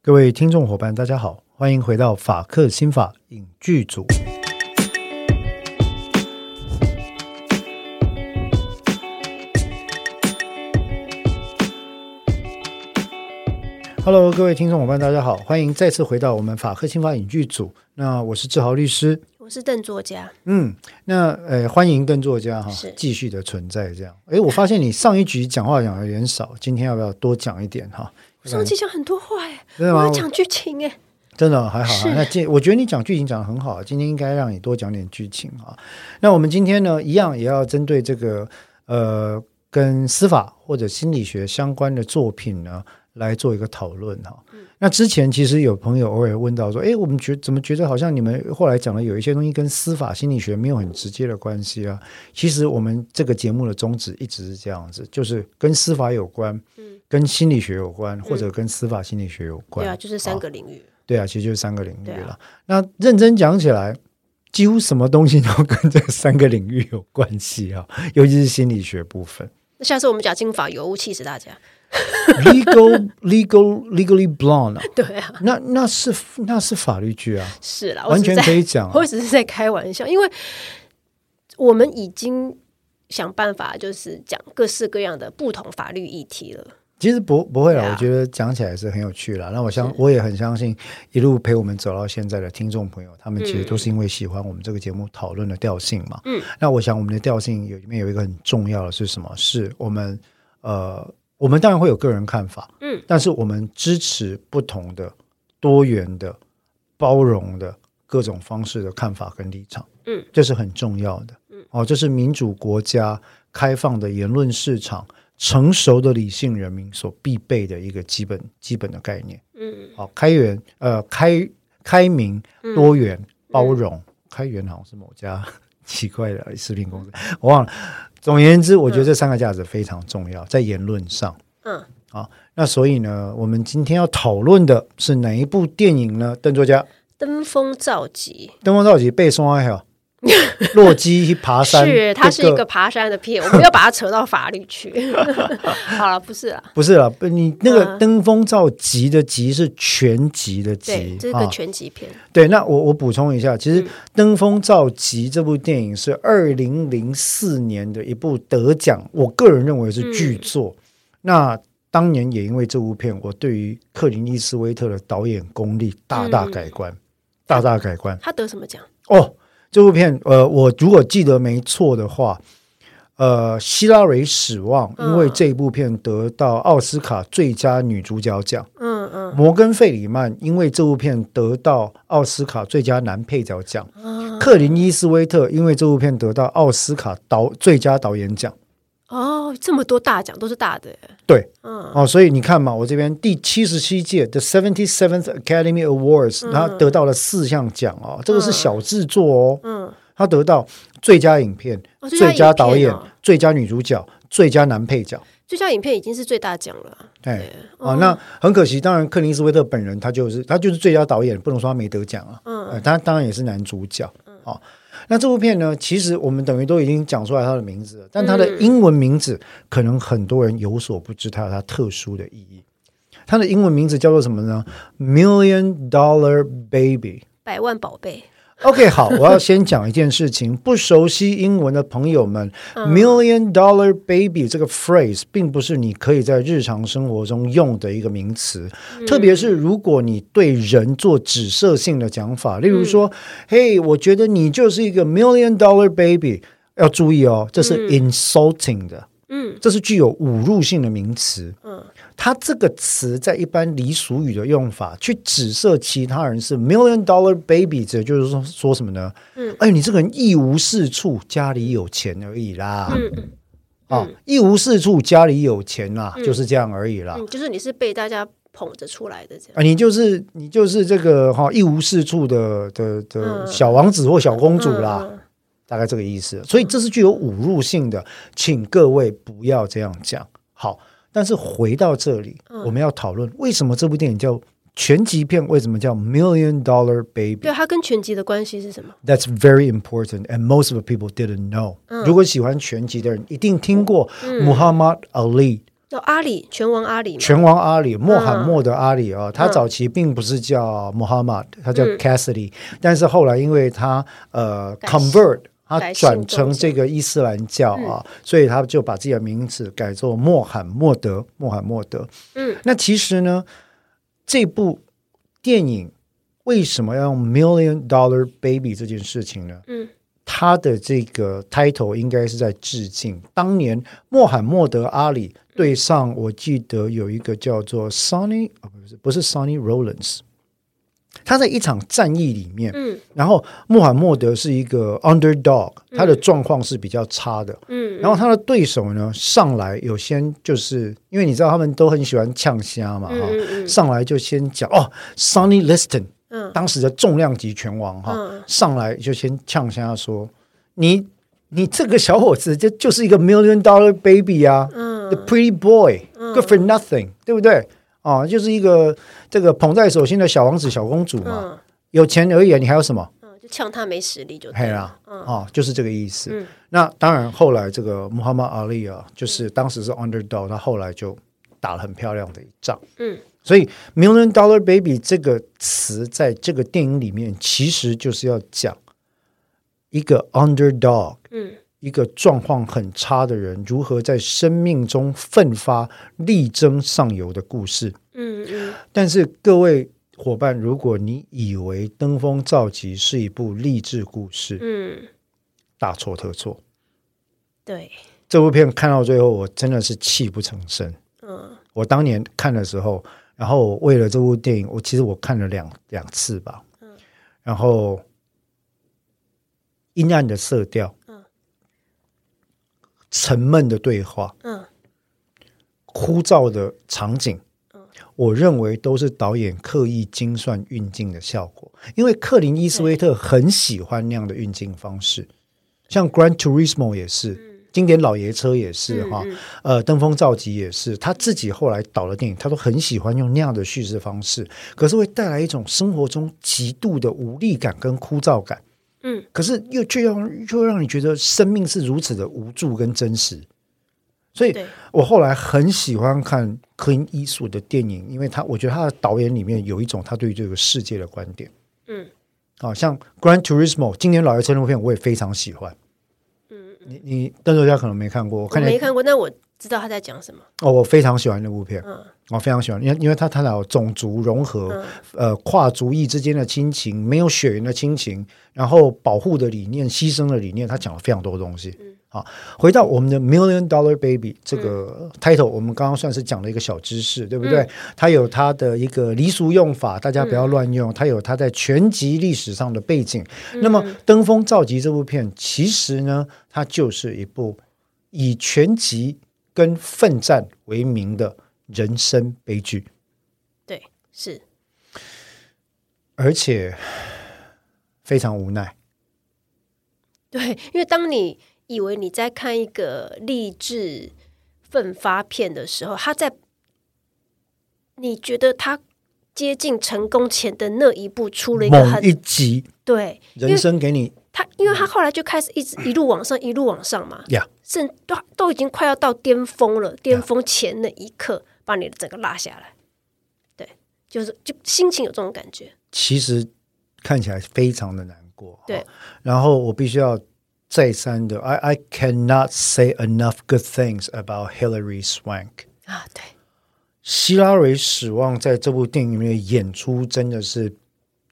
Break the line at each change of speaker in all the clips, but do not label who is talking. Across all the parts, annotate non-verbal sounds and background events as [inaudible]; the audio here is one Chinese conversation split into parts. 各位听众伙伴，大家好，欢迎回到法克心法影剧组。Hello，各位听众伙伴，大家好，欢迎再次回到我们法克心法影剧组。那我是志豪律师，
我是邓作家，
嗯，那呃，欢迎邓作家哈
是
继续的存在这样。诶，我发现你上一局讲话讲的有点少，今天要不要多讲一点哈？
上期讲很多话哎、
真的
我
吗
要讲剧情哎、
真的还好啊
是，
那这我觉得你讲剧情讲得很好啊，今天应该让你多讲点剧情啊。那我们今天呢，一样也要针对这个呃跟司法或者心理学相关的作品呢，来做一个讨论哈、
嗯
那之前其实有朋友偶尔问到说，诶，我们觉怎么觉得好像你们后来讲的有一些东西跟司法心理学没有很直接的关系啊？其实我们这个节目的宗旨一直是这样子，就是跟司法有关，跟心理学有关，或者跟司法心理学有关。
嗯对啊，就是三个领域，
对啊，其实就是三个领域
对啊
了。那认真讲起来，几乎什么东西都跟这三个领域有关系啊，尤其是心理学部分。
那下次我们讲金发尤物，气死大家。
Legal, [laughs] legal, legally blonde，、啊、
对啊，
那那是那是法律剧啊，
是啦，我
完
只
全
是在
可以讲、啊
我。只是在开玩笑，因为我们已经想办法就是讲各式各样的不同法律议题了。
其实不不会啦，
对啊
我觉得讲起来是很有趣啦。那我相我也很相信，一路陪我们走到现在的听众朋友，他们其实都是因为喜欢我们这个节目讨论的调性嘛。嗯，那我想我们的调性有里面有一个很重要的是什么？是我们呃，我们当然会有个人看法，
嗯，
但是我们支持不同的、多元的、包容的各种方式的看法跟立场，
嗯，
这是很重要的，嗯，哦，这是民主国家开放的言论市场。成熟的理性人民所必备的一个基本基本的概念。
嗯，
好，开源呃开开明、多元、包容，
嗯
开源好像是某家奇怪的食品公司，我忘了。总而言之，我觉得这三个价值非常重要，在言论上。
嗯，
好，那所以呢，我们今天要讨论的是哪一部电影呢？邓作家，《
登峰造极
登峰造极》被送还
[laughs]
有洛基爬山，
是，它是
这
一个爬山的片，我们要把它扯到法律
[laughs]
去。好了，不是啦，
不是了，不你那个
嗯
登峰造极的极是全集的
对
集，，
这是
啊
个全集片，
对，那我我补充一下，其实《登峰造极》这部电影是二零零四年的一部得奖，我个人认为是巨作。那当年也因为这部片，我对于克林伊斯威特的导演功力大大改观，大大改观。
他得什么奖？
哦，这部片，呃，我如果记得没错的话，呃，希拉蕊·史旺因为
嗯
这部片得到奥斯卡最佳女主角奖，
嗯嗯
摩根·费里曼因为这部片得到奥斯卡最佳男配角奖，
啊，
克林·伊斯威特因为这部片得到奥斯卡导最佳导演奖。
哦，这么多大奖都是大的，
对，
嗯
哦，所以你看嘛，我这边第七十七届的 Seventy Seventh Academy
嗯
Awards，他得到了四项奖哦，这个是小制作哦，
嗯，
他得到最佳影片、
哦
最佳导
影
演
片哦、
最佳女主角、最佳男配角。
最佳影片已经是最大奖了。
哎，啊、那很可惜，当然克林斯威特本人他就是他就是最佳导演，不能说他没得奖啊。
嗯
呃他当然也是男主角。哦，那这部片呢，其实我们等于都已经讲出来他的名字了，但他的英文名字、可能很多人有所不知，它有它特殊的意义。它的英文名字叫做什么呢？Million Dollar Baby。
百万宝贝，
OK，好，我要先讲一件事情。不熟悉英文的朋友们、m i l l i o n Dollar Baby” 这个 phrase 并不是你可以在日常生活中用的一个名词，
嗯
特别是如果你对人做指涉性的讲
嗯
法，例如说：“嘿，我觉得你就是一个 Million Dollar Baby。”要注意哦，这是 insulting 的，
嗯，
这是具有侮辱性的名词。
嗯，
它这个词在一般俚俗语的用法，去指涉其他人是 million dollar baby，指的就是说说什么呢？
嗯，
哎，你这个人一无是处，家里有钱而已啦。
嗯嗯
啊，一无是处，家里有钱啦，就是这样而已啦。
嗯，就是你是被大家捧着出来的这样，
啊，你就是你就是这个哈、一无是处的的的
嗯
小王子或小公主啦，
嗯，嗯
大概这个意思。所以这是具有侮辱性的，请各位不要这样讲。好，但是回到这里，
嗯
我们要讨论为什么这部电影叫全集片，为什么叫 Million Dollar Baby？
对，它跟拳击的关系是什么？
That's very important, and most
嗯
of the people didn't know.、如果喜欢拳击的人，一定听过 Muhammad Ali
叫阿里拳王阿里嘛，
拳王阿里，穆罕默德阿里啊、他早期并不是叫 Muhammad，他叫
嗯
Cassidy，、但是后来因为他呃
改姓
convert，他
改姓
转成这个伊斯兰教
嗯
啊，所以他就把自己的名字改做穆罕默德，穆罕默德。
嗯，
那其实呢，这部电影为什么要用 Million Dollar Baby 这件事情呢？
嗯，
他的这个 title 应该是在致敬当年穆罕默德阿里对上，我记得有一个叫做 Sonny，哦不是不是 Sonny Rollins，他在一场战役里面，
嗯
然后穆罕默德是一个 underdog，他的状况是比较差的，
嗯，
然后他的对手呢上来有先就是因为你知道他们都很喜欢呛虾嘛哈。
嗯嗯嗯
上来就先讲哦，Sonny Liston，
嗯
当时的重量级拳王哈，
嗯
上来就先呛下说，你你这个小伙子这就是一个 million dollar baby 啊、
嗯
t h e pretty boy，good、for nothing，对不对？啊，就是一个这个捧在手心的小王子、小公主嘛，
嗯
有钱而已，啊你还有什么？
嗯，就呛他没实力就
嘿
对
啦
了，，
哦，就是这个意思。
嗯
那当然，后来这个穆罕默德阿里啊，就是当时是 underdog，他后来就打了很漂亮的一仗。
嗯
所以 “million dollar baby” 这个词在这个电影里面，其实就是要讲一个 underdog，
嗯
一个状况很差的人如何在生命中奋发力争上游的故事。
嗯嗯
但是各位伙伴，如果你以为《登峰造极》是一部励志故事，
嗯，
大错特错。
对，
这部片看到最后，我真的是泣不成声。
嗯
我当年看的时候，然后我为了这部电影，我其实我看了两两次吧，
嗯
然后阴暗的色调，
嗯
沉闷的对话，
嗯
枯燥的场景
嗯，
我认为都是导演刻意精算运镜的效果，因为克林伊斯威特很喜欢那样的运镜方式，像《Gran Turismo》也是。
嗯
经典老爷车也是哈，
嗯
呃，登峰造极也是，他自己后来导的电影，他都很喜欢用那样的叙事方式，可是会带来一种生活中极度的无力感跟枯燥感，
嗯，
可是又却要又让你觉得生命是如此的无助跟真实，所以
对，
我后来很喜欢看科林伊索的电影，因为他我觉得他的导演里面有一种他对这个世界的观点。
嗯，
啊，像《Gran Turismo》今年老爷车那部片，我也非常喜欢。
嗯，
你你邓作家可能没看过，我
我
看见
没看过，但我知道他在讲什么。
哦，我非常喜欢那部片，
嗯
我非常喜欢，因为因为他探讨种族融合，
嗯
呃，跨族裔之间的亲情，没有血缘的亲情，然后保护的理念、牺牲的理念，他讲了非常多东西。
嗯
好，回到我们的 Million Dollar Baby 这个 title，、我们刚刚算是讲了一个小知识，对不对？
嗯
它有它的一个俚俗用法，大家不要乱用。它有它在全集历史上的背景。
嗯
那么《登峰造极》这部片，其实呢，它就是一部以全集跟奋战为名的人生悲剧。
对，是， [laughs]
而且非常无奈。
对，因为当你以为你在看一个励志奋发片的时候，他在你觉得他接近成功前的那一步出了一个
猛
很
一集，
对，因
人
为
生给你
他因为
嗯
他后来就开始一直一路往上，一路往上嘛，
呀
甚都都已经快要到巅峰了，巅峰前那一刻把你整个拉下来，对，就是就心情有这种感觉，
其实看起来非常的难过。
对，
然后我必须要再三的，I I cannot say enough good things about Hillary Swank。
啊，对，
希拉蕊史旺在这部电影里面的演出真的是，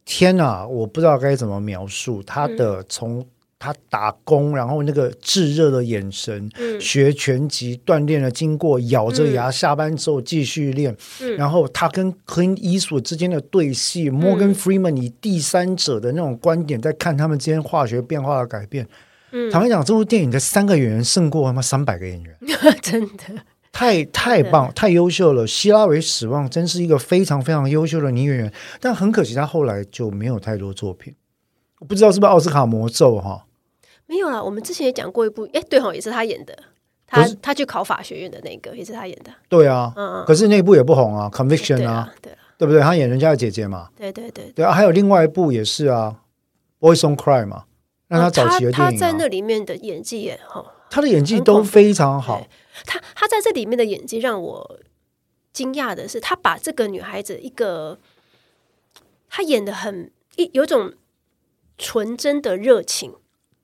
天哪！我不知道该怎么描述她的
嗯
从。她打工，然后那个炙热的眼神，
嗯
学拳击锻炼的经过，咬着牙、下班之后继续练。
嗯
然后他跟 Clint Eastwood 之间的对戏、摩根 Freeman 以第三者的那种观点在看他们之间化学变化的改变。
嗯
坦白讲，这部电影的三个演员胜过他妈三百个演员。
[laughs] 真的，
太太棒，太优秀了！希拉维·史旺真是一个非常非常优秀的女演员，但很可惜，她后来就没有太多作品。我不知道是不是奥斯卡魔咒哈？
没有啦，我们之前也讲过一部，哎，对哈、也是他演的，他
不是
他去考法学院的那个也是他演的，
对啊，
嗯嗯，
可是那部也不红啊，《Conviction
对》
啊，
啊，对啊，
对不对？她演人家的姐姐嘛，
对对对。
对啊，还有另外一部也是啊，《Boys on Cry》嘛，那她
哦
早期的
他
电
在
影、啊
那里面的演技也好，
他的演技
很
都
恐怖
非常好
对，他他在这里面的演技让我惊讶的是，他把这个女孩子一个，他演的很一有种纯真的热情，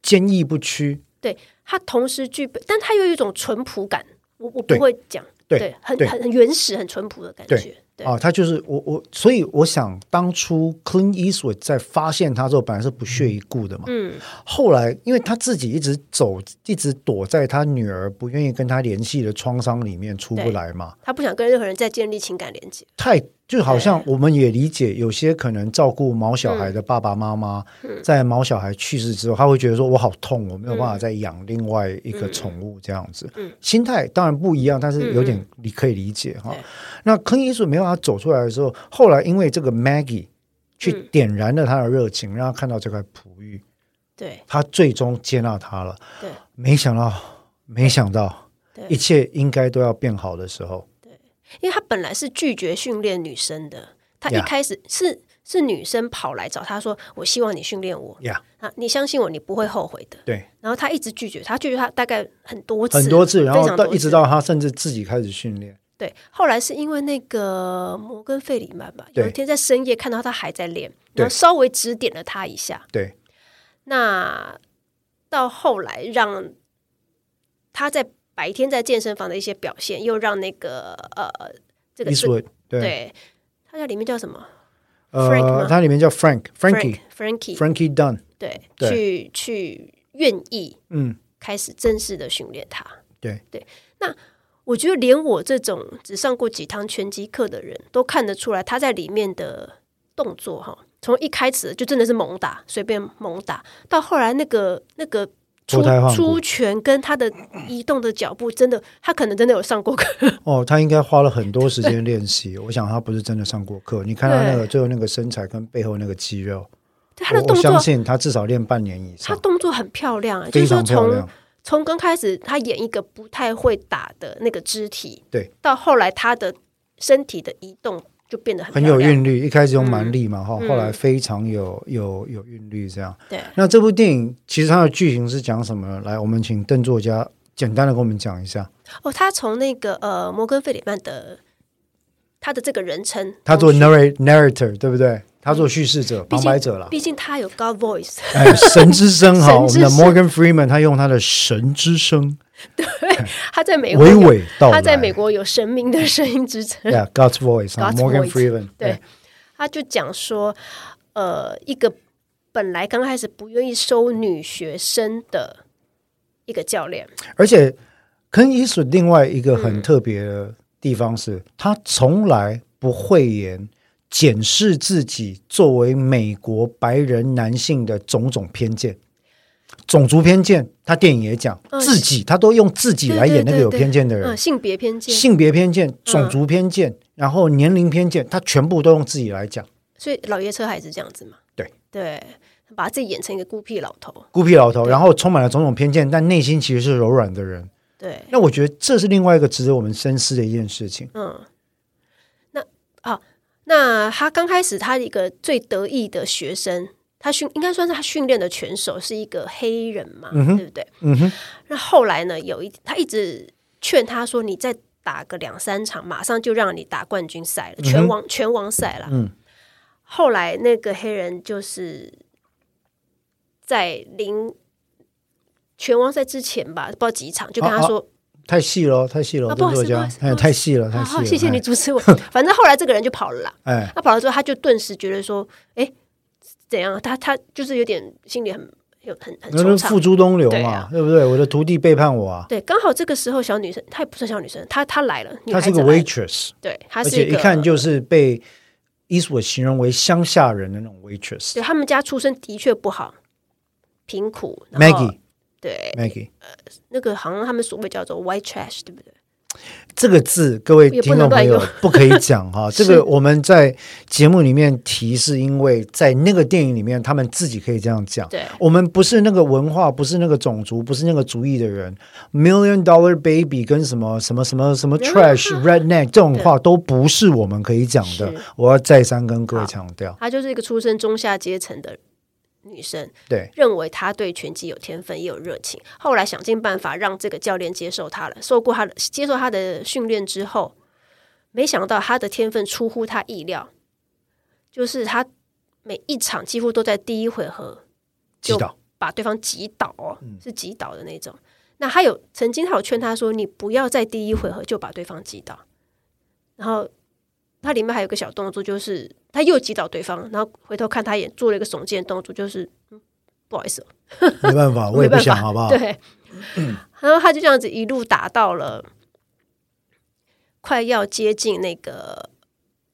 坚毅不屈。
对他同时具备，但他又有一种淳朴感，我我
对
不会讲，
对
很
对
很很原始、很淳朴的感觉，对
啊，他就是我我，所以我想当初 Clint Eastwood 在发现他之后，本来是不屑一顾的嘛。
嗯，
后来，因为他自己一直走，一直躲在他女儿不愿意跟他联系的创伤里面出不
对
来嘛，
他不想跟任何人再建立情感连接，
太就好像我们也理解，有些可能照顾毛小孩的爸爸妈妈，
嗯
在毛小孩去世之后，他会觉得说我好痛，我没有办法再养另外一个宠物这样子，
嗯
心态当然不一样，但是有点你可以理解哈。
对
那坑艺术没有他走出来的时候，后来因为这个 Maggie 去
嗯
点燃了他的热情，让他看到这块璞玉，
对
他最终接纳他了。
对
没想到，没想到，
对
一切应该都要变好的时候，
因为他本来是拒绝训练女生的，他一
Yeah
开始是是女生跑来找他说：“我希望你训练我
呀、
啊，你相信我，你不会后悔的。
对，”
然后他一直拒绝，他拒绝他大概很多次，
很多次，然
非
后
常
到
多
一直
次
到他甚至自己开始训练，
对。后来是因为那个摩根费里曼吧，
对
有一天在深夜看到他还在练，
对
然后稍微指点了他一下。
对，
那到后来让他在白天在健身房的一些表现，又让那个呃这个
伊
这
索对，
对他在里面叫什么？Frank
呃，
吗
它里面叫 Frank，Frankie，Frankie
Frankie
Dunn，
对，
对
去去愿意
嗯，
开始正式的训练他。
对
对，那我觉得连我这种只上过几堂拳击课的人都看得出来，他在里面的动作哈，从一开始就真的是猛打，随便猛打，到后来那个那个。
脱
出
胎换骨
出拳跟他的移动的脚步，真的，他可能真的有上过课， [laughs]
哦，他应该花了很多时间练习，我想他不是真的上过课，你看他那个最后那个身材跟背后那个肌肉，
对他的
我我
动
相
作，
信他至少练半年以
他
上，
动作很漂亮啊，就
非
是说
常漂
从
亮，
从刚开始他演一个不太会打的那个肢体，
对，
到后来他的身体的移动就变得很
很
漂
有
亮，
韵律，一开始用蛮力嘛，哈、
嗯
后来非常有有有韵律这样。
对，
那这部电影其实它的剧情是讲什么呢？来，我们请邓作家简单的跟我们讲一下。
哦，他从那个呃摩根费里曼的他的这个人称，
他做
从
narr narrator，对不对？他做叙事者、
嗯毕
旁
竟
白者啦。
毕竟他有高 voice， [laughs]
哎，神之声哈，我
神
们
之
的
声
Morgan Freeman 他用他的神之声
他在美国
娓
哎有
娓道来。
他在美国有神明的声音支撑，
，Yeah，God's voice 啊
God's
，Morgan
voice，
Freeman 哎
对， [laughs] 他就讲说，呃，一个本来刚开始不愿意收女学生的一个教练，
而且肯伊索另外一个
嗯
很特别的地方是，他从来不讳言检视自己作为美国白人男性的种种偏见。种族偏见，他电影也讲、
嗯
自己，他都用自己来演那个有偏见的人。
嗯，性别偏见，嗯
性别偏见、种族偏见，然后年龄偏见，他全部都用自己来讲。
所以老爷车还是这样子嘛。
对
对，把自己演成一个孤僻老头。
孤僻老头，然后充满了种种偏见，但内心其实是柔软的人。
对，
那我觉得这是另外一个值得我们深思的一件事情。
嗯，那啊，那他刚开始他一个最得意的学生，他训应该算是他训练的拳手是一个黑人嘛，对不对？
嗯哼，
那后来呢，有一他一直劝他说：“你再打个两三场，马上就让你打冠军赛了，拳王、拳王赛了。”
嗯，
后来那个黑人就是在零拳王赛之前吧，不知道几场，就
哦
跟他说：“
太细了哦，太细了哦，
啊不好意思
作家
不好意思，
哎，
不好意思
太细了，太
好
细
好，
了。
哦谢谢你主持我。反正后来这个人就跑了啦。
哎。哎，
他跑了之后，他就顿时觉得说，哎，怎样？他他就是有点心里很有很很
那就
惆
付
怅。
诸东流
对
嘛
啊，
对不对？我的徒弟背叛我啊，
对，刚好这个时候小女生，她也不是小女生，她她来了，女
他
孩
是
子
个
来了
waitress，
对，她
而
是
且一
个
看就是被伊索形容为乡下人的那种 waitress
对。他们家出身的确不好，贫苦。然后
Maggie，Maggie
对，那个好像他们所谓叫做 white trash，对不对？
这个字，各位
也不
听众
能
朋
乱
友
用
不可以讲
[laughs]
哈。这个我们在节目里面提，是因为在那个电影里面，他们自己可以这样讲。
对
我们不是那个文化，不是那个种族，不是那个族裔的人。Million Dollar Baby 跟什么什么什么什么 Trash Redneck 这种话都不是我们可以讲的
是。
我要再三跟各位强调，
她就是一个出身中下阶层的女生，
对，
认为她对拳击有天分也有热情，后来想尽办法让这个教练接受她了，受过她的接受她的训练之后，没想到她的天分出乎她意料，就是她每一场几乎都在第一回合
击
就
倒，
把对方击倒哦，是击倒的那种。那他有曾经他有劝他说，你不要在第一回合就把对方击倒。然后他里面还有个小动作，就是他又击倒对方，然后回头看他也做了一个耸肩的动作，就是、嗯不好意思，
没办
[laughs]
法，我也不想，好不好？
对，然后他就这样子一路打到了快要接近那个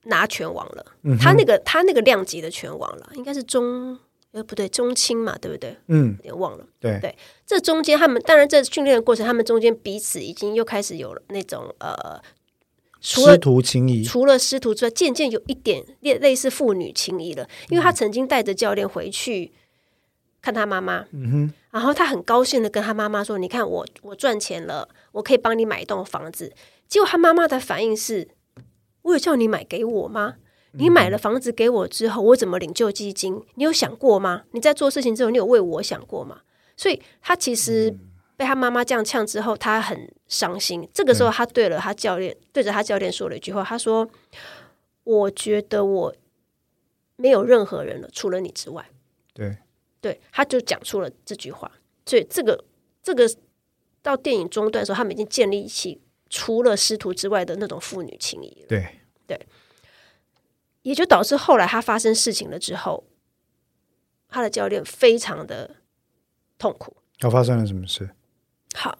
拿拳王了。
嗯哼
他那个他那个量级的拳王了，应该是中呃不对中青嘛，对不对？
嗯
有，点忘了。
对，
对这中间他们当然在训练的过程，他们中间彼此已经又开始有了那种呃，除
师
了
徒情谊，
除了师徒之外，渐渐有一点类类似父女情谊了。
嗯
因为他曾经带着教练回去看他妈妈，
嗯哼，
然后他很高兴的跟他妈妈说：“你看我我赚钱了，我可以帮你买一栋房子。”结果他妈妈的反应是：“我有叫你买给我吗？”
嗯
你买了房子给我之后，我怎么领救济金？你有想过吗？你在做事情之后，你有为我想过吗？所以他其实被他妈妈这样呛之后，他很伤心。这个时候，他对了他教练，对着他教练说了一句话，他说：“我觉得我没有任何人了，除了你之外。”
对，
对，他就讲出了这句话。所以这个这个到电影中段的时候，他们已经建立起除了师徒之外的那种父女情谊了，
对，
也就导致后来他发生事情了之后，他的教练非常的痛苦。
要发生了什么事？
好，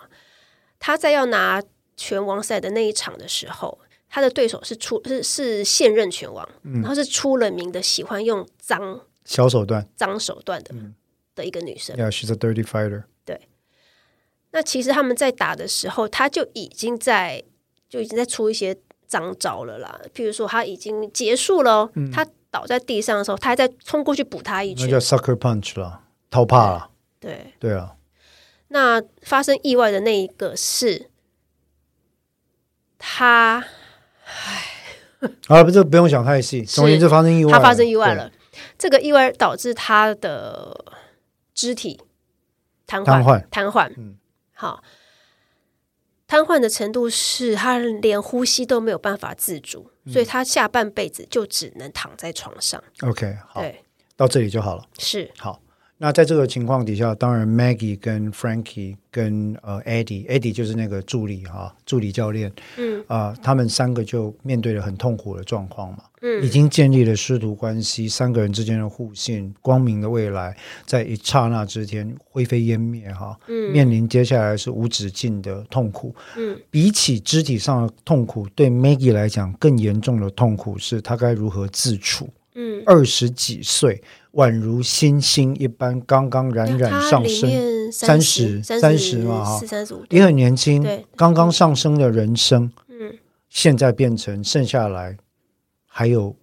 他在要拿拳王赛的那一场的时候，他的对手是出是是现任拳王，然后是出了名的喜欢用脏
小手段，
脏手段的、的一个女生。
yeah,，she's a dirty fighter，
那其实他们在打的时候，他就已经在就已经在出一些脏招了啦。譬如说，他已经结束了哦、他倒在地上的时候，他还在冲过去补他一
那
拳
叫。sucker punch 啦，套怕啦，
对，
对啊，
那发生意外的那一个是他，
好了，不这不用想太细，总而言之发生意外了，
他发生意外
对，
了。这个意外导致他的肢体瘫
瘫痪
痪，瘫痪。
嗯
好，瘫痪的程度是他连呼吸都没有办法自主，所以他下半辈子就只能躺在床上。
OK，好，
对，
到这里就好了。
是
好，那在这个情况底下，当然 Maggie 跟 Frankie 跟呃 Eddie，Eddie 就是那个助理哈、助理教练，
嗯
啊、他们三个就面对了很痛苦的状况嘛，
嗯
已经建立了师徒关系，三个人之间的互信，光明的未来在一刹那之间灰飞烟灭哈、
嗯
面临接下来是无止境的痛苦，
嗯，
比起肢体上的痛苦，对 Maggie 来讲更严重的痛苦是她该如何自处，
嗯，
二十几岁，宛如新星一般，刚刚冉冉
他
上
里
升，
面
30
三
30嘛哈
四三十五，
也很年轻
对，
刚刚上升的人生，
嗯
现在变成剩下来还有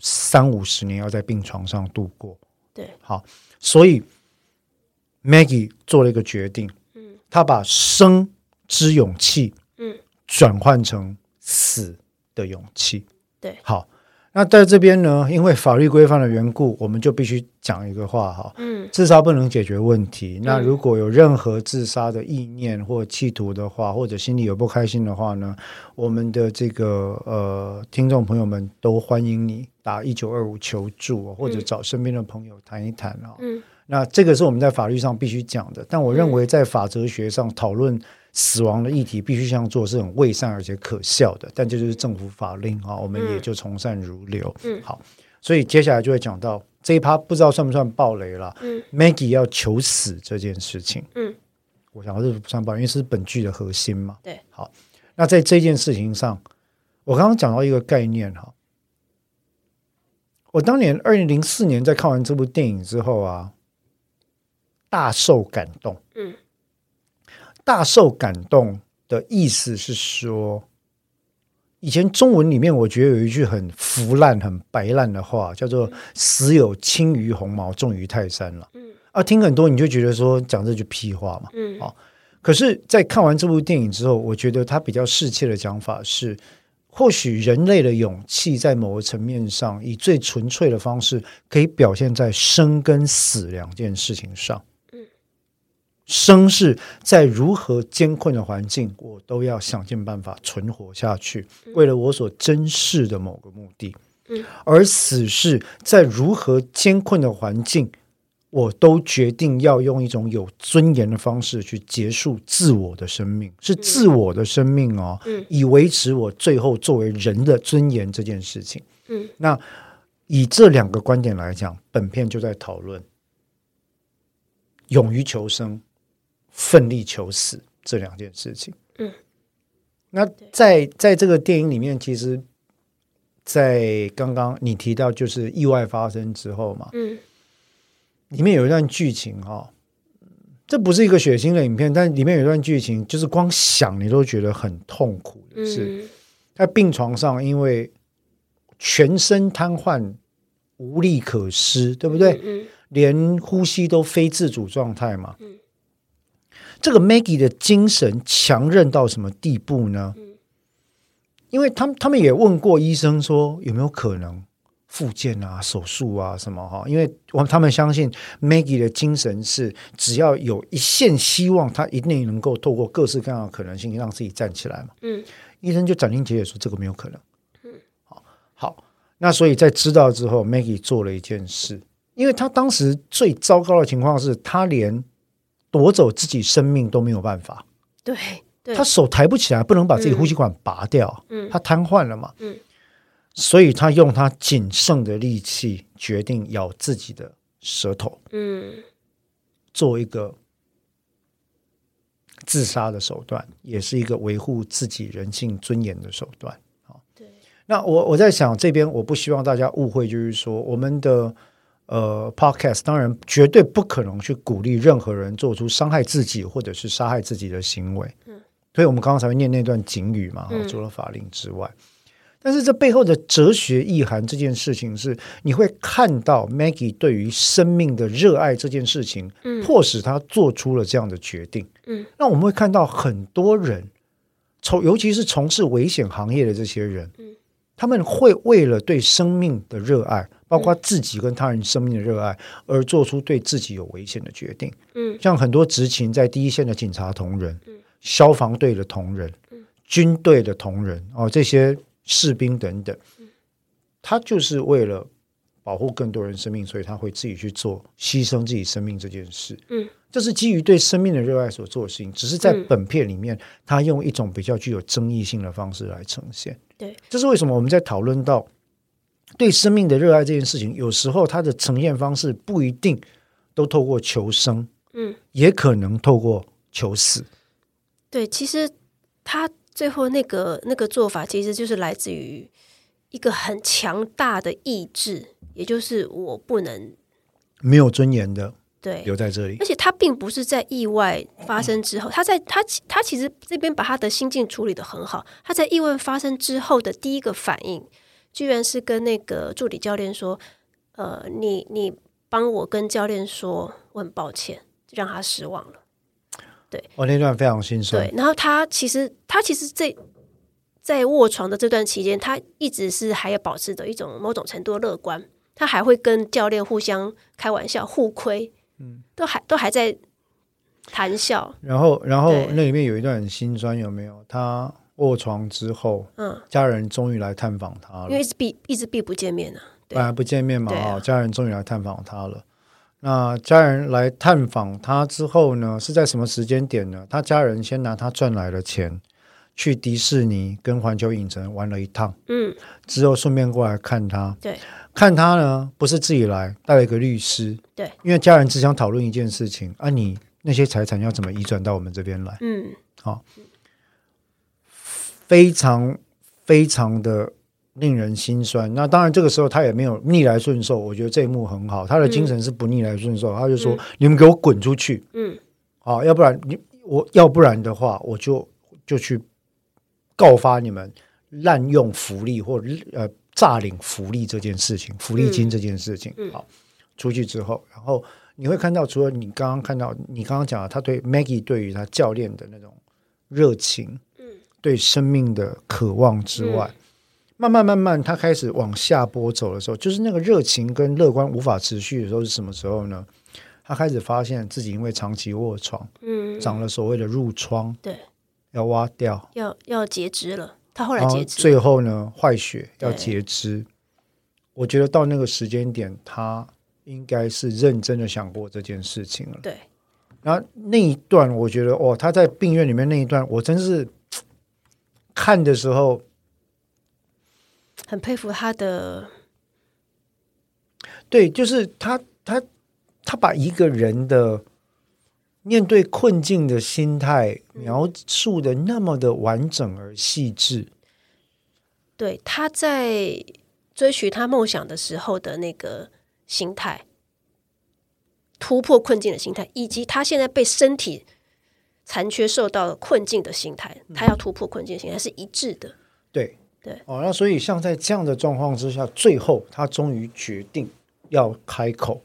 三五十年要在病床上度过。
对，
好，所以 Maggie 做了一个决定，
嗯
她把生之勇气
嗯
转换成死的勇气。
对，
好，那在这边呢，因为法律规范的缘故，我们就必须讲一个话哈，
嗯
自杀不能解决问题。那
嗯
如果有任何自杀的意念或企图的话，或者心里有不开心的话呢，我们的这个呃听众朋友们都欢迎你打一九二五求助，哦或者找身边的朋友谈一谈啊。
嗯
那这个是我们在法律上必须讲的，但我认为在法哲学上讨论死亡的议题，必须这样做是很伪善而且可笑的。但这就是政府法令啊，我们也就从善如流。
嗯
好，所以接下来就会讲到这一趴，不知道算不算暴雷了。
嗯
Maggie 要求死这件事情，
嗯，
我想这不算暴雷，因为是本剧的核心嘛。
对，
好，那在这件事情上，我刚刚讲到一个概念哈，我当年二零零四年在看完这部电影之后啊，大受感动。
嗯，
大受感动的意思是说，以前中文里面我觉得有一句很腐烂、很白烂的话，叫做“死有轻于鸿毛，重于泰山”了。
嗯，
啊，听很多你就觉得说讲这句屁话嘛。
嗯
好可是，在看完这部电影之后，我觉得他比较适切的讲法是，或许人类的勇气在某个层面上，以最纯粹的方式，可以表现在生跟死两件事情上。生是在如何艰困的环境，我都要想尽办法存活下去，为了我所珍视的某个目的。
嗯
而死是在如何艰困的环境，我都决定要用一种有尊严的方式去结束自我的生命，是自我的生命哦，
嗯
以维持我最后作为人的尊严这件事情。
嗯，
那以这两个观点来讲，本片就在讨论勇于求生、奋力求死这两件事情。
嗯，
那在在这个电影里面，其实，在刚刚你提到就是意外发生之后嘛，
嗯
里面有一段剧情哈、哦，这不是一个血腥的影片，但里面有一段剧情，就是光想你都觉得很痛苦的事。
嗯
在病床上，因为全身瘫痪，无力可施，对不对？
嗯
连呼吸都非自主状态嘛。这个 Maggie 的精神强韧到什么地步呢？因为他们他们也问过医生说有没有可能复健啊、手术啊什么哈，因为我他们相信 Maggie 的精神是只要有一线希望，他一定能够透过各式各样的可能性让自己站起来嘛。
嗯，
医生就斩钉截铁说这个没有可能。嗯，好，好，那所以在知道之后，Maggie 做了一件事，因为他当时最糟糕的情况是他连夺走自己生命都没有办法，
对对，
他手抬不起来，不能把自己呼吸管拔掉，
嗯
他瘫痪了嘛，
嗯，
所以他用他仅剩的力气决定咬自己的舌头，
嗯
做一个自杀的手段，也是一个维护自己人性尊严的手段。
对，
那我我在想这边，我不希望大家误会，就是说我们的呃 podcast 当然绝对不可能去鼓励任何人做出伤害自己或者是杀害自己的行为。
嗯，
所以我们刚刚才会念那段警语嘛，哈
嗯
除了法令之外。但是这背后的哲学意涵，这件事情是你会看到 Maggie 对于生命的热爱这件事情，
嗯
迫使他做出了这样的决定。
嗯，
那我们会看到很多人从，尤其是从事危险行业的这些人，
嗯，
他们会为了对生命的热爱，包
嗯
括自己跟他人生命的热爱，而做出对自己有危险的决定。
嗯
像很多执勤在第一线的警察同仁、
嗯
消防队的同仁、军队的同仁哦，这些士兵等等，他就是为了保护更多人生命，所以他会自己去做牺牲自己生命这件事。
嗯，
这是基于对生命的热爱所做的事情，只是在
嗯
本片里面，他用一种比较具有争议性的方式来呈现。
对，
这是为什么我们在讨论到对生命的热爱这件事情，有时候它的呈现方式不一定都透过求生，
嗯。
也可能透过求死。
对，其实他最后那个那个做法，其实就是来自于一个很强大的意志，也就是我不能
没有尊严的
对。
留在这里
而，且他并不是在意外发生之后，他在他其他其实这边把他的心境处理的很好。他在意外发生之后的第一个反应，居然是跟那个助理教练说：“呃，你你帮我跟教练说，我很抱歉，让他失望了。”
我、哦那段非常心酸
对。，然后他其实他其实这在卧床的这段期间，他一直是还要保持着一种某种程度的乐观，他还会跟教练互相开玩笑、互亏，嗯，都还都还在谈笑，
然后，然后
对
那里面有一段很心酸，有没有？他卧床之后，
嗯，
家人终于来探访他
因为
了，
一直避一直避不见面呢、啊，对
本来不见面嘛，
对啊
哦家人终于来探访他了。那家人来探访他之后呢，是在什么时间点呢？他家人先拿他赚来的钱，去迪士尼跟环球影城玩了一趟，
嗯，
之后顺便过来看他。
对，
看他呢，不是自己来，带了一个律师。
对，
因为家人只想讨论一件事情啊，你那些财产要怎么移转到我们这边来？啊
嗯，
非常非常的令人心酸。那当然，这个时候他也没有逆来顺受，我觉得这一幕很好，他的精神是不逆来顺受，他就说：“
嗯
你们给我滚出去！
嗯
啊，要不然你我要不然的话，我就就去告发你们滥用福利或呃诈领福利这件事情，福利金这件事情。
嗯
好，出去之后，然后你会看到，除了你刚刚看到，你刚刚讲的，他对 Maggie 对于他教练的那种热情，
嗯，
对生命的渴望之外，慢慢慢慢，他开始往下坡走的时候，就是那个热情跟乐观无法持续的时候是什么时候呢？他开始发现自己因为长期卧床，
嗯，
长了所谓的褥疮，
对，
要挖掉，
要要截肢了，他后来
然后
截肢，
最后呢坏血要
对
截肢。我觉得到那个时间点，他应该是认真的想过这件事情了。
对，
然后那一段，我觉得哦，他在病院里面那一段，我真是看的时候，
很佩服他的，
对，就是他他他把一个人的面对困境的心态描述的那么的完整而细致，
对，他在追寻他梦想的时候的那个心态，突破困境的心态，以及他现在被身体残缺受到困境的心态，他
嗯
要突破困境的心态是一致的。
对
对
哦，那所以像在这样的状况之下，最后他终于决定要开口，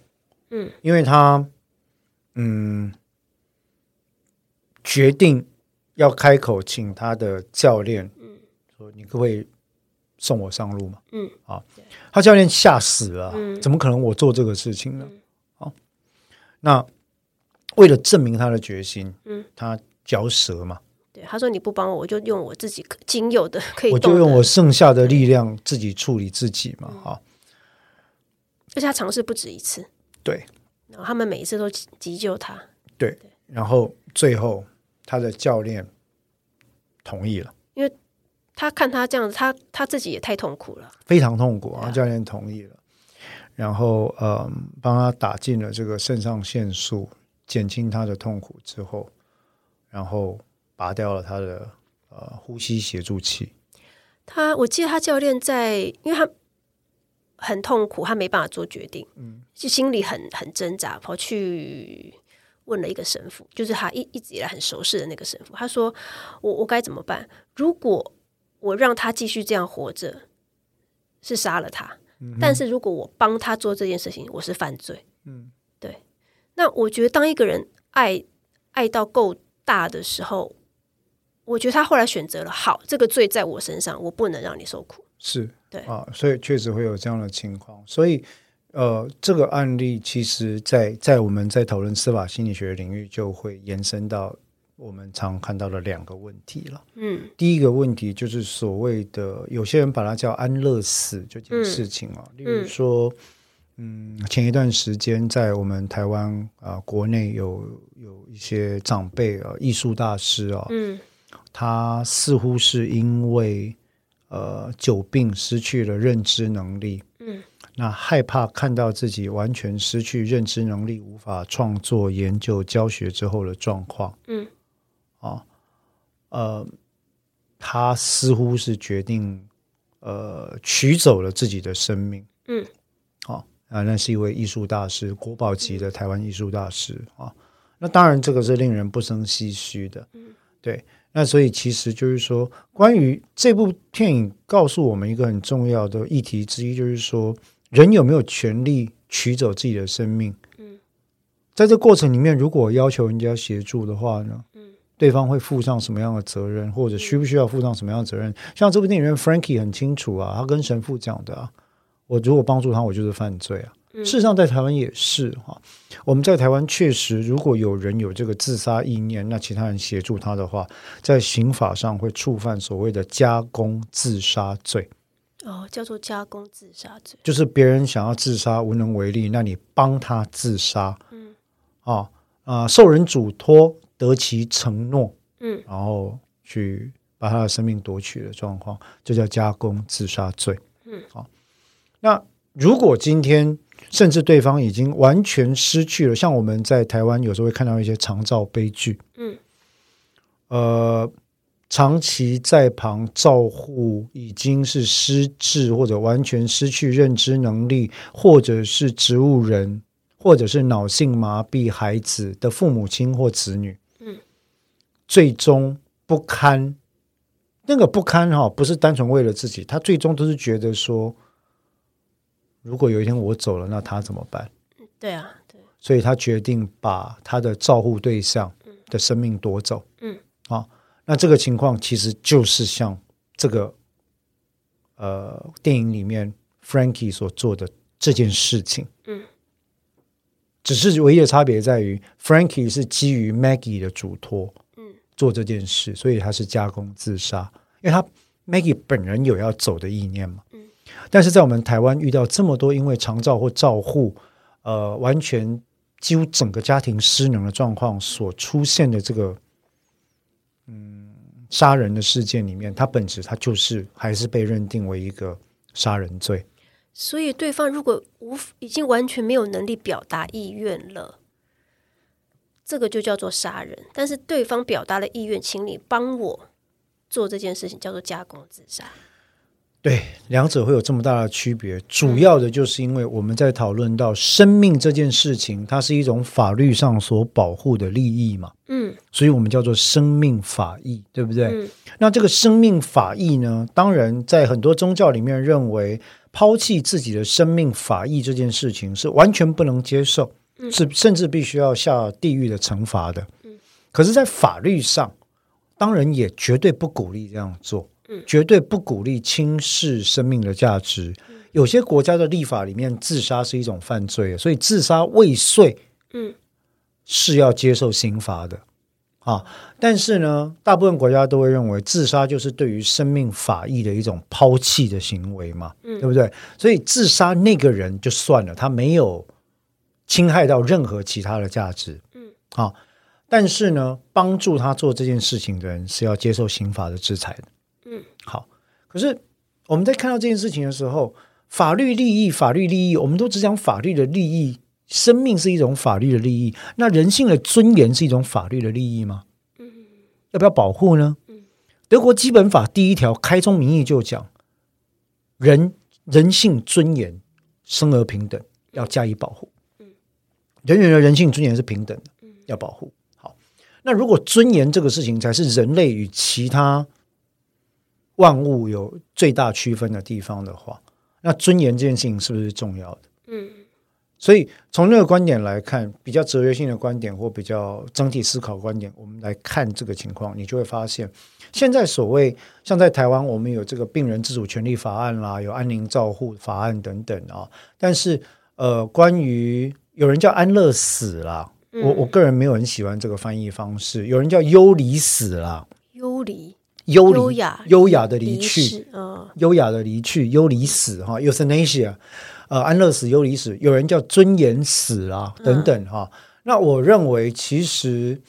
嗯，
因为他嗯决定要开口，请他的教练，嗯，说你可不可以送我上路嘛？
嗯，
啊，他教练吓死了，啊
嗯
怎么可能我做这个事情呢？好、那为了证明他的决心，
嗯，
他嚼舌嘛，
对，他说你不帮我，我就用我自己可仅有的可以
我
动
就
的嗯
用我剩下的力量自己处理自己嘛，啊、
而且他尝试不止一次，
对
然后他们每一次都急急救他，
对，然后最后他的教练同意了，
他看他这样子，他他自己也太痛苦了，
非常痛苦
对
啊，
啊
教练同意了，然后嗯，帮他打进了这个肾上腺素，减轻他的痛苦之后，然后拔掉了他的呃呼吸协助器，
他我记得他教练在，因为他很痛苦，他没办法做决定，嗯，就心里很很挣扎，跑去问了一个神父，就是他一一直以来很熟识的那个神父，他说我我该怎么办？如果我让他继续这样活着，是杀了他，但是如果我帮他做这件事情，我是犯罪，
嗯，
对。那我觉得当一个人爱爱到够大的时候。我觉得他后来选择了好，这个罪在我身上，我不能让你受苦。
是，
对
啊，所以确实会有这样的情况，所以。呃，这个案例其实在，在我们在讨论司法心理学的领域，就会延伸到我们常看到的两个问题了。
嗯
第一个问题就是所谓的，有些人把它叫安乐死这件事情啊，例如说，嗯，前一段时间在我们台湾啊、国内有有一些长辈啊、艺术大师啊，
嗯
他似乎是因为呃久病失去了认知能力，
嗯
那害怕看到自己完全失去认知能力，无法创作、研究、教学之后的状况。
嗯，
啊，呃，他似乎是决定呃取走了自己的生命。
嗯，
好、啊，那是一位艺术大师，国宝级
嗯
的台湾艺术大师啊。那当然，这个是令人不生唏嘘的。
嗯，
对。那所以其实就是说，关于这部电影告诉我们一个很重要的议题之一，就是说人有没有权利取走自己的生命？
嗯，
在这过程里面，如果要求人家协助的话呢，
嗯，
对方会负上什么样的责任，或者需不需要负上什么样的责任？像这部电影里面，Frankie 很清楚啊，他跟神父讲的啊，我如果帮助他，我就是犯罪啊。
嗯
事实上，在台湾也是哈、我们在台湾确实，如果有人有这个自杀意念，那其他人协助他的话，在刑法上会触犯所谓的加工自杀罪，
哦，叫做加工自杀罪。
就是别人想要自杀无能为力，那你帮他自杀，
嗯
啊啊、受人嘱托得其承诺，
嗯
然后去把他的生命夺取的状况，这叫加工自杀罪。
嗯，
好、那如果今天甚至对方已经完全失去了，像我们在台湾有时候会看到一些长照悲剧，
嗯
呃，长期在旁照护已经是失智或者完全失去认知能力，或者是植物人，或者是脑性麻痹孩子的父母亲或子女，
嗯，
最终不堪。那个不堪哈、不是单纯为了自己，他最终都是觉得说，如果有一天我走了，那他怎么办？
对啊，对，
所以他决定把他的照护对象的生命夺走。
嗯，
啊，那这个情况其实就是像这个呃电影里面 Frankie 所做的这件事情。
嗯，
只是唯一的差别在于 Frankie 是基于 Maggie 的嘱托，
嗯，
做这件事，所以他是加工自杀，因为他 Maggie 本人有要走的意念嘛。
嗯，
但是在我们台湾遇到这么多因为长照或照护，呃，完全几乎整个家庭失能的状况所出现的这个，嗯，杀人的事件里面，它本质它就是还是被认定为一个杀人罪。
所以对方如果无已经完全没有能力表达意愿了，这个就叫做杀人。但是对方表达了意愿，请你帮我做这件事情，叫做加工自杀。
对，两者会有这么大的区
嗯
别，主要的就是因为我们在讨论到生命这件事情，它是一种法律上所保护的利益嘛。
嗯
所以我们叫做生命法益，对不对？
嗯
那这个生命法益呢，当然在很多宗教里面认为抛弃自己的生命法益这件事情是完全不能接受，
嗯
是甚至必须要下地狱的惩罚的。
嗯
可是，在法律上，当然也绝对不鼓励这样做，
嗯
绝对不鼓励轻视生命的价值。有些国家的立法里面，自杀是一种犯罪，所以自杀未遂
嗯
是要接受刑罚的啊。但是呢，大部分国家都会认为自杀就是对于生命法益的一种抛弃的行为嘛，
嗯
对不对？所以自杀那个人就算了，他没有侵害到任何其他的价值，
嗯，
啊。但是呢，帮助他做这件事情的人是要接受刑法的制裁的。
嗯，
好。可是我们在看到这件事情的时候，法律利益，法律利益，我们都只讲法律的利益，生命是一种法律的利益，那人性的尊严是一种法律的利益吗？
嗯
要不要保护呢？
嗯
德国基本法第一条开宗明义就讲，人人性尊严、生而平等，要加以保护。
嗯
人人的人性尊严是平等的
嗯，
要保护。好，那如果尊严这个事情才是人类与其他万物有最大区分的地方的话，那尊严这件事情是不是重要的？
嗯
所以从那个观点来看，比较哲学性的观点或比较整体思考观点，我们来看这个情况，你就会发现，现在所谓像在台湾，我们有这个病人自主权利法案啦，有安宁照护法案等等啊，但是呃，关于有人叫安乐死啦，
嗯
我我个人没有很喜欢这个翻译方式，有人叫幽离死啦，
幽离
幽离
优雅
优雅的离去，
世嗯
优雅的离去，幽离死哈，euthanasia，呃，安乐死、幽离死，有人叫尊严死啊，等等哈、那我认为，其实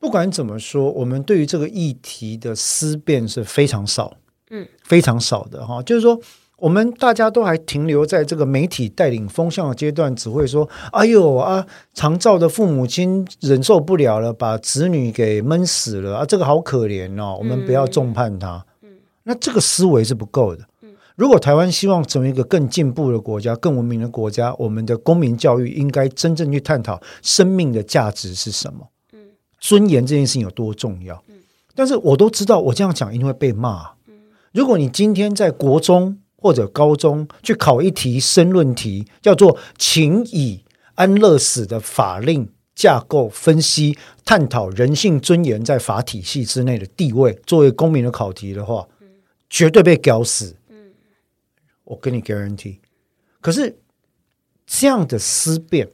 不管怎么说，我们对于这个议题的思辨是非常少，
嗯，
非常少的哈。就是说，我们大家都还停留在这个媒体带领风向的阶段，只会说：“哎呦啊，长照的父母亲忍受不了了，把子女给闷死了啊，这个好可怜哦，我们不要重判他。那这个思维是不够的。如果台湾希望成为一个更进步的国家、更文明的国家，我们的公民教育应该真正去探讨生命的价值是什么，
嗯
尊严这件事情有多重要。但是我都知道，我这样讲一定会被骂。如果你今天在国中或者高中去考一题申论题，叫做“请以安乐死的法令架构分析，探讨人性尊严在法体系之内的地位”，作为公民的考题的话，绝对被屌死。
嗯
我跟你 guarantee。可是这样的思辨，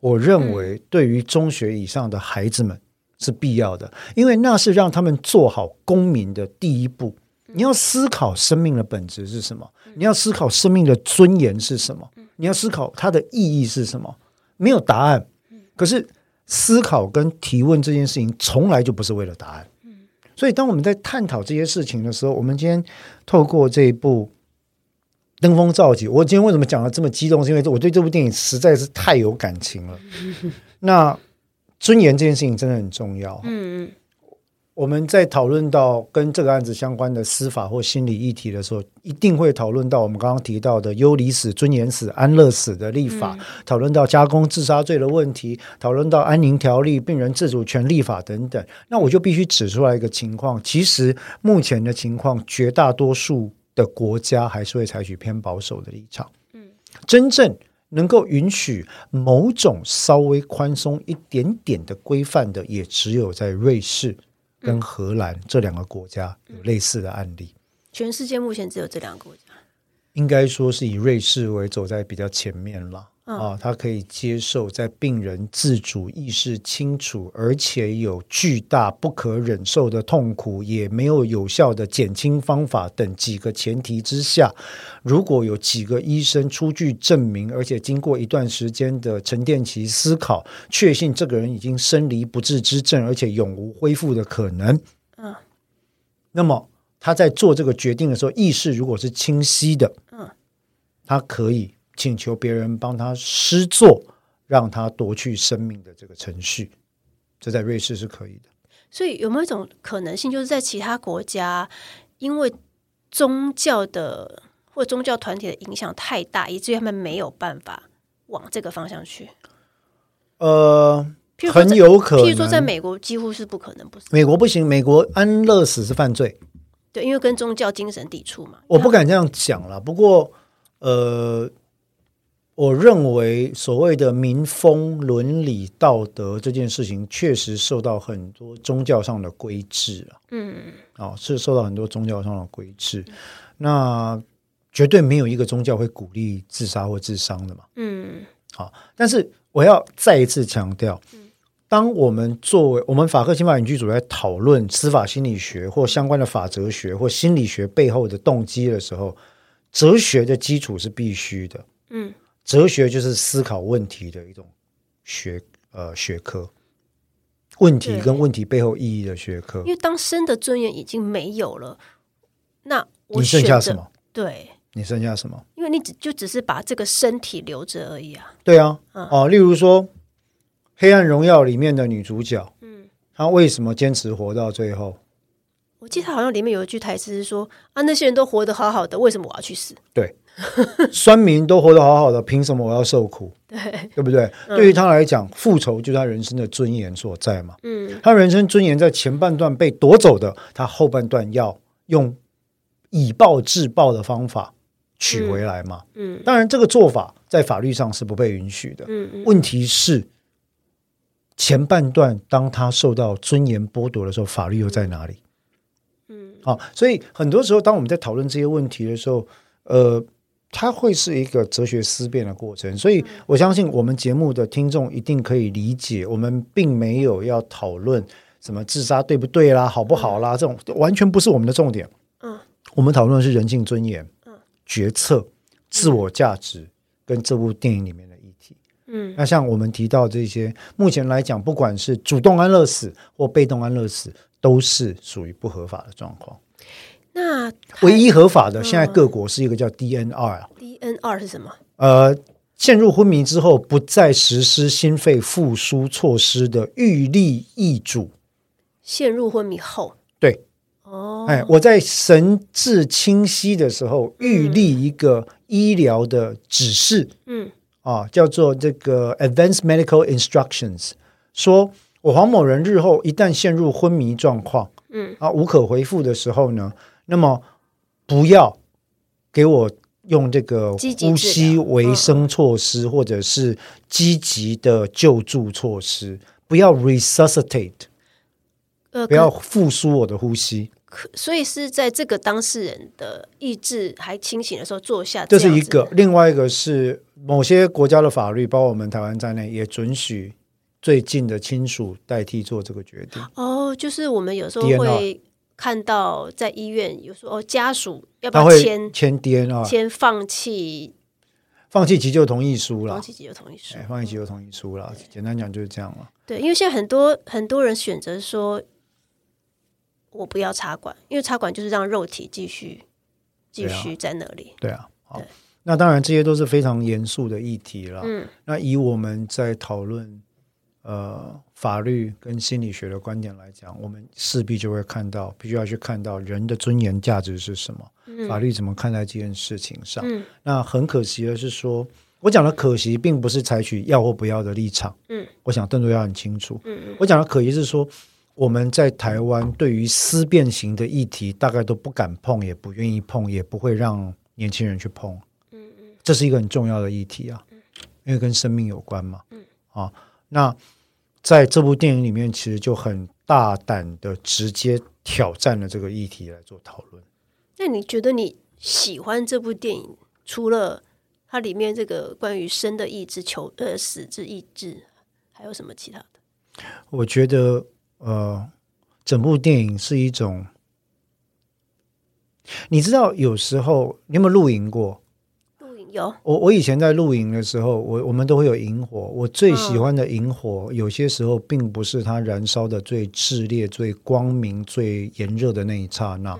我认为对于中学以上的孩子们是必要的，因为那是让他们做好公民的第一步。你要思考生命的本质是什么，你要思考生命的尊严是什么，你要思考它的意义是什么。没有答案，可是思考跟提问这件事情，从来就不是为了答案。所以，当我们在探讨这些事情的时候，我们今天透过这一部登峰造极。我今天为什么讲的这么激动？是因为我对这部电影实在是太有感情了。那尊严这件事情真的很重要。
嗯嗯
我们在讨论到跟这个案子相关的司法或心理议题的时候，一定会讨论到我们刚刚提到的幽离死、尊严死、安乐死的立法，讨论到加工自杀罪的问题，讨论到安宁条例、病人自主权利法等等。那我就必须指出来一个情况，其实目前的情况，绝大多数的国家还是会采取偏保守的立场。真正能够允许某种稍微宽松一点点的规范的，也只有在瑞士跟荷兰这两个国家有类似的案例。
全世界目前只有这两个国家。
应该说是以瑞士为走在比较前面了。
嗯
啊，它可以接受在病人自主意识清楚，而且有巨大不可忍受的痛苦，也没有有效的减轻方法等几个前提之下，如果有几个医生出具证明，而且经过一段时间的沉淀期思考，确信这个人已经生离不治之症，而且永无恢复的可能，
嗯，
那么他在做这个决定的时候，意识如果是清晰的，
嗯，
他可以请求别人帮他施作，让他夺去生命的这个程序，这在瑞士是可以的。
所以有没有一种可能性，就是在其他国家，因为宗教的或宗教团体的影响太大，以至于他们没有办法往这个方向去？
呃，
譬如说
很
在，
有可能，
譬如说，在美国几乎是不可能，不是？
美国不行，美国安乐死是犯罪，
对，因为跟宗教精神抵触嘛。
我不敢这样讲了。不过，呃，我认为所谓的民风、伦理、道德这件事情，确实受到很多宗教上的规制啊。
嗯，
哦，是受到很多宗教上的规制。那绝对没有一个宗教会鼓励自杀或自伤的嘛。
嗯
但是我要再一次强调，当我们作为我们法克刑法影剧组在讨论司法心理学或相关的法哲学或心理学背后的动机的时候，哲学的基础是必须的。
嗯，
哲学就是思考问题的一种学呃学科，问题
对
跟问题背后意义的学科
因。为当生的尊严已经没有了，那我
你剩下
选
什
择
么？
对，
你剩下什么？
因为你只就只是把这个身体留着而已啊。
对啊，
嗯
哦，例如说《黑暗荣耀》里面的女主角，
嗯，
她为什么坚持活到最后？
我记得好像里面有一句台词是说啊，那些人都活得好好的，为什么我要去死？
对，酸民都活得好好的，凭什么我要受苦？对，对不对？对于她来讲，复仇就是她人生的尊严所在嘛。
嗯，
她人生尊严在前半段被夺走的，她后半段要用以暴制暴的方法取回来嘛。
嗯嗯
当然，这个做法在法律上是不被允许的。
嗯嗯
问题是，前半段当他受到尊严剥夺的时候，法律又在哪里？
嗯，
啊，所以很多时候，当我们在讨论这些问题的时候，呃，它会是一个哲学思辨的过程。所
嗯
以我相信我们节目的听众一定可以理解，我们并没有要讨论什么自杀对不对啦、好不好啦，这种完全不是我们的重点。
嗯，
我们讨论的是人性尊严、
嗯、
决策、自我价值跟这部电影里面的议题。
嗯
那像我们提到这些，目前来讲，不管是主动安乐死或被动安乐死，都是属于不合法的状况。
那
唯一合法的，现在各国是一个叫 DNR，啊
DNR 是什么？
呃，陷入昏迷之后不再实施心肺复苏措施的预立易主。
陷入昏迷后。
对，
哦，
哎，我在神志清晰的时候预立一个医疗的指示
嗯
啊，叫做这个 Advanced Medical Instructions，说我黄某人日后一旦陷入昏迷状况，
嗯
啊无可回复的时候呢，那么不要给我用这个
积极
呼
治
吸
疗嗯
维生措施，或者是积极的救助措施，不要 resuscitate，
呃，
不要复苏我的呼吸，
可所以是在这个当事人的意志还清醒的时候做下
这
样
是一
子
个。另外一个是某些国家的法律，包括我们台湾在内，也准许最近的亲属代替做这个决定。
哦，就是我们有时候
DNR
会看到在医院有时候哦家属要不
他
要
会啊
签
签 DNR，
签放弃
放弃急救同意书啦
放，弃急救同意书
哎，？放弃急救同意书啦，简单讲就是这样了。
对，因为现在很多很多人选择说，我不要插管，因为插管就是让肉体继续继
对啊
续在那里。
对啊，好
对，
那当然这些都是非常严肃的议题了。
嗯
那以我们在讨论呃法律跟心理学的观点来讲，我们势必就会看到，必须要去看到人的尊严价值是什么，法律怎么看待这件事情上。
嗯
那很可惜的是说。我讲的可惜，并不是采取要或不要的立场。
嗯，
我想邓卓要很清楚。
嗯
我讲的可惜是说，我们在台湾对于思辨型的议题，大概都不敢碰，也不愿意碰，也不会让年轻人去碰。
嗯嗯
这是一个很重要的议题啊，因为跟生命有关嘛。啊，那在这部电影里面，其实就很大胆的直接挑战了这个议题来做讨论。
那你觉得你喜欢这部电影，除了它里面这个关于生的意志、求呃死之意志，还有什么其他的？
我觉得，呃，整部电影是一种，你知道，有时候你有没有露营过？
露营有
我我以前在露营的时候，我我们都会有萤火。我最喜欢的萤火，有些时候并不是它燃烧的最炽烈、最光明、最炎热的那一刹那，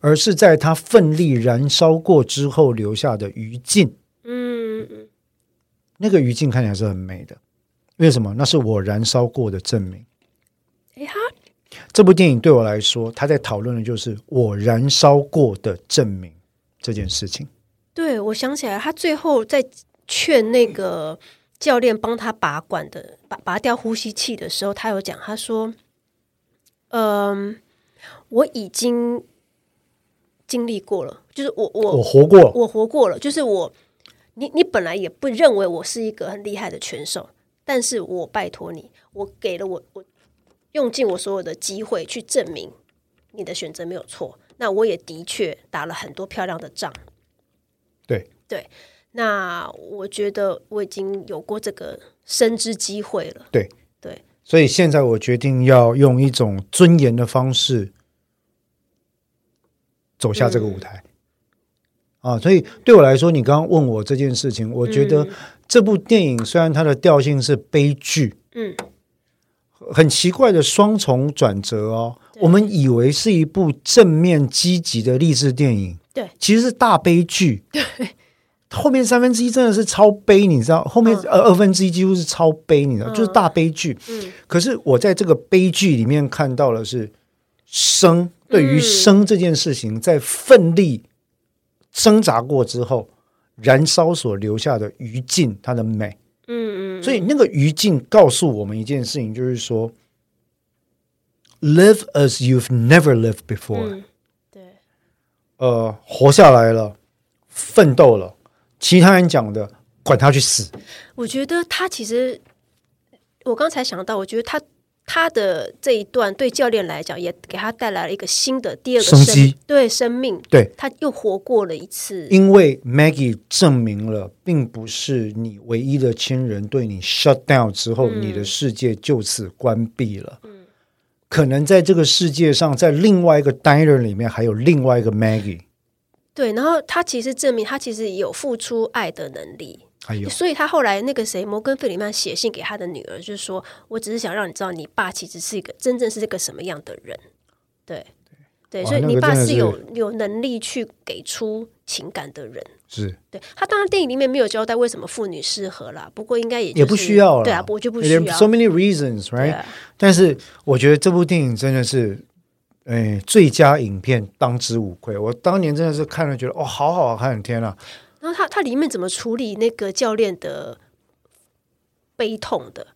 而是在它奋力燃烧过之后留下的余烬。
嗯嗯
那个余烬看起来是很美的，为什么？那是我燃烧过的证明。
哎哈，
这部电影对我来说，它在讨论的就是我燃烧过的证明这件事情。
对我想起来，他最后在劝那个教练帮他拔管的拔拔掉呼吸器的时候，他有讲，他说：“嗯、我已经经历过了，就是我我
我活过，
我活过了，就是我，你你本来也不认为我是一个很厉害的拳手，但是我拜托你，我给了我我用尽我所有的机会去证明你的选择没有错。那我也的确打了很多漂亮的仗，
对
对。那我觉得我已经有过这个升之机会了，
对，
对，
所以现在我决定要用一种尊严的方式走下这个舞台。啊，所以对我来说，你刚刚问我这件事情，我觉得这部电影虽然它的调性是悲剧，
嗯，
很奇怪的双重转折哦。我们以为是一部正面积极的励志电影，
对，
其实是大悲剧。对，后面三分之一真的是超悲，你知道？后面呃二分之一几乎是超悲，你知道？就是大悲剧。
嗯，
可是我在这个悲剧里面看到的是
嗯
生对于生这件事情，在奋力挣扎过之后，燃烧所留下的余烬，它的美。
嗯嗯，
所以那个余烬告诉我们一件事情，就是说，live as you've never lived before，、
嗯，对，
呃，活下来了，奋斗了。其他人讲的，管他去死。
我觉得他其实，我刚才想到，我觉得他他的这一段对教练来讲，也给他带来了一个新的第二个
生机，
对生命，
对，
他又活过了一次。
因为 Maggie 证明了，并不是你唯一的亲人对你 shut down 之后，你
嗯
的世界就此关闭了。可能在这个世界上，在另外一个 diner 里面，还有另外一个 Maggie。
对，然后他其实证明他其实有付出爱的能力，
还有，
所以他后来那个谁摩根费里曼写信给他的女儿，就是说我只是想让你知道，你爸其实是一个真正是个什么样的人。对对，
哇
所以
那
你
个
爸
真的
是
是
有有能力去给出情感的人。
是
对他，当然电影里面没有交代为什么妇女适合啦，不过应该也、就是、
也不需要了。
对啊，我就不需
There
要
are So many reasons,
对
right？、
啊
但是我觉得这部电影真的是，哎，最佳影片当之无愧。我当年真的是看了觉得哦，好好看！天啊，
然后他他里面怎么处理那个教练的悲痛的？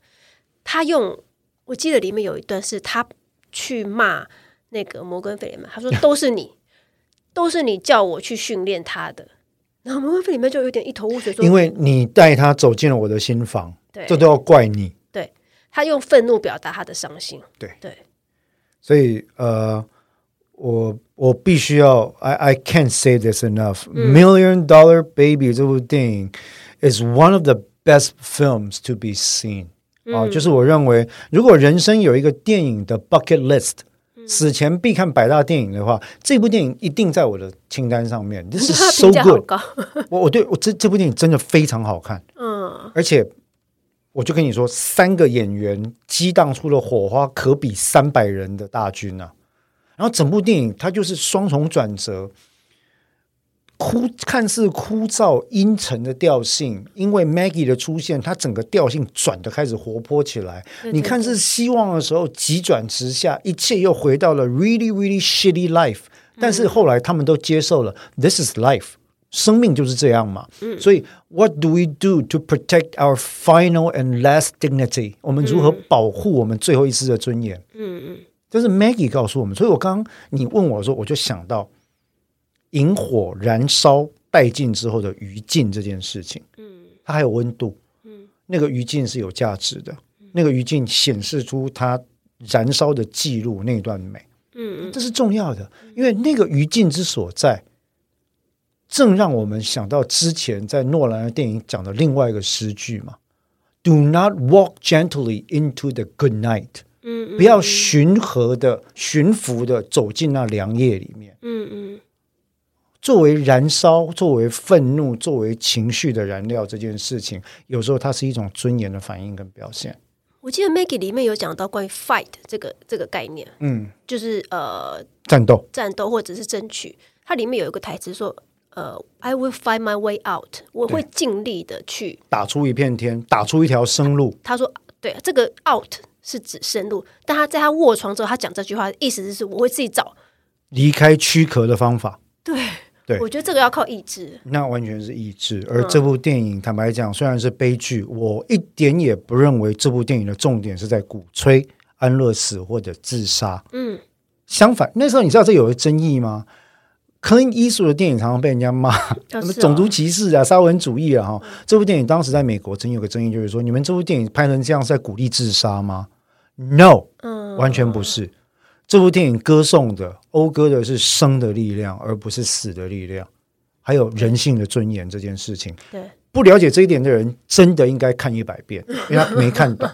他用我记得里面有一段是他去骂那个摩根费里曼，
[laughs]
他说都是你，都是你叫我去训练他的。然后摩根费里曼就有点一头雾水说，
因为你带他走进了我的心房，
对
这都要怪你。
他用愤怒表达他的伤心。
对
对，
所以呃，我我必须要，I I can't say this enough、Million
Mm.
Dollar Baby 这部电影 is one of the best films to be seen、啊，
Mm.
就是我认为，如果人生有一个电影的 bucket list，死
Mm.
前必看百大电影的话，这部电影一定在我的清单上面。This
[laughs] 他
is so
评价好
good
高。
我我对我这这部电影真的非常好看。
嗯，
而且我就跟你说，三个演员激荡出了火花，可比三百人的大军啊！然后整部电影它就是双重转折，枯看似枯燥阴沉的调性，因为 Maggie 的出现，它整个调性转的开始活泼起来。
对
你看是希望的时候急转直下，一切又回到了 really really shitty life。但
嗯
是后来他们都接受了、this is life，生命就是这样嘛。
嗯
所以 what do we do to protect our final and last dignity？我们
嗯
如何保护我们最后一丝的尊严？嗯嗯，这是 Maggie 告诉我们。所以我刚刚你问我的时候，我就想到引火燃烧殆尽之后的余烬这件事情。嗯，它还有温度。那个余烬是有价值的，那个余烬显示出他燃烧的记录那段美，
嗯嗯
这是重要的，因为那个余烬之所在，正让我们想到之前在诺兰的电影讲的另外一个诗句嘛：“Do not walk gently into the good night。”
嗯
不要循和的、驯服的走进那良夜里面。
嗯嗯
作为燃烧、作为愤怒、作为情绪的燃料，这件事情有时候它是一种尊严的反应跟表现。
我记得 Maggie 里面有讲到关于 fight 这个这个概念，
嗯，
就是呃
战斗，
战斗或者是争取。它里面有一个台词说：“呃，I will find my way out，我会尽力的去。
打出一片天，打出一条生路”。
他说：“对，这个 out 是指深入，但他在他卧床之后，他讲这句话，意思是我会自己找。
离开躯壳的方法，
对，
对
我觉得这个要靠意志。
那完全是意志。而这部电影，坦白讲，虽然是悲剧，我一点也不认为这部电影的重点是在鼓吹安乐死或者自杀。
嗯，
相反，那时候你知道这有个争议吗？科恩·伊素的电影常常被人家骂，
啊
什么
是哦嗯
种族歧视啊、沙文主义啊，哈，这部电影当时在美国曾有个争议，就是说，你们这部电影拍成这样是在鼓励自杀吗？No，
嗯，
完全不是。这部电影歌颂的、讴歌的是生的力量，而不是死的力量，还有人性的尊严这件事情。
对，
不了解这一点的人，真的应该看一百
[laughs]
遍，因为他没看懂。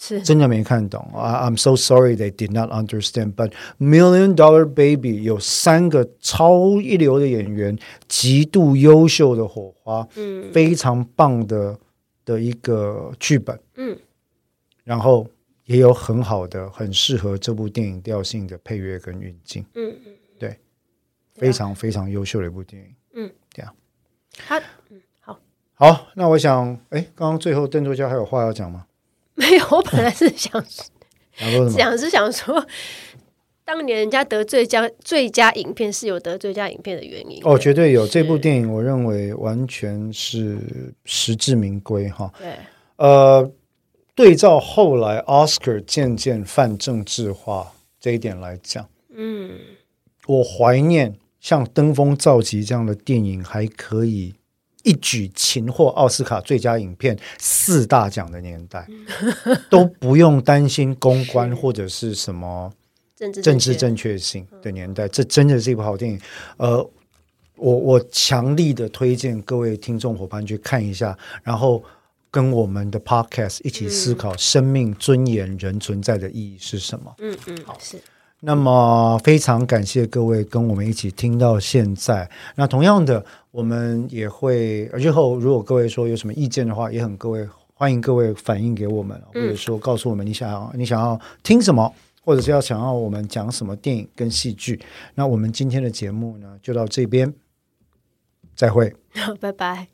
是
真的没看懂啊！I'm so sorry they did not understand. But Million Dollar Baby 有三个超一流的演员，极度优秀的火花，
嗯
非常棒的的一个剧本，
嗯，
然后也有很好的、很适合这部电影调性的配乐跟运镜，
嗯嗯，
非常非常优秀的一部电影。
他嗯好
好，那我想，哎，刚刚最后邓作家还有话要讲吗？
没有，我本来是想
想说什么？
想是想说，当年人家得最佳最佳影片是有得最佳影片的原因。
哦，绝对有这部电影，我认为完全是实至名归哈。
对，
呃，对照后来 Oscar 渐渐泛政治化这一点来讲，
嗯
我怀念像《登峰造极》这样的电影还可以一举擒获奥斯卡最佳影片四大奖的年代，都不用担心公关或者是什么
政治
政治
确
正确性的年代，这真的是一部好电影。呃，我我强力的推荐各位听众伙伴去看一下，然后跟我们的 podcast 一起思考生命、尊严、人存在的意义是什么。
嗯嗯是 [laughs]
那么非常感谢各位跟我们一起听到现在。那同样的，我们也会呃日后如果各位说有什么意见的话，也很各位欢迎各位反映给我们，或者说告诉我们你想要你想要听什么，或者是要想要我们讲什么电影跟戏剧。那我们今天的节目呢就到这边，再会。
拜拜。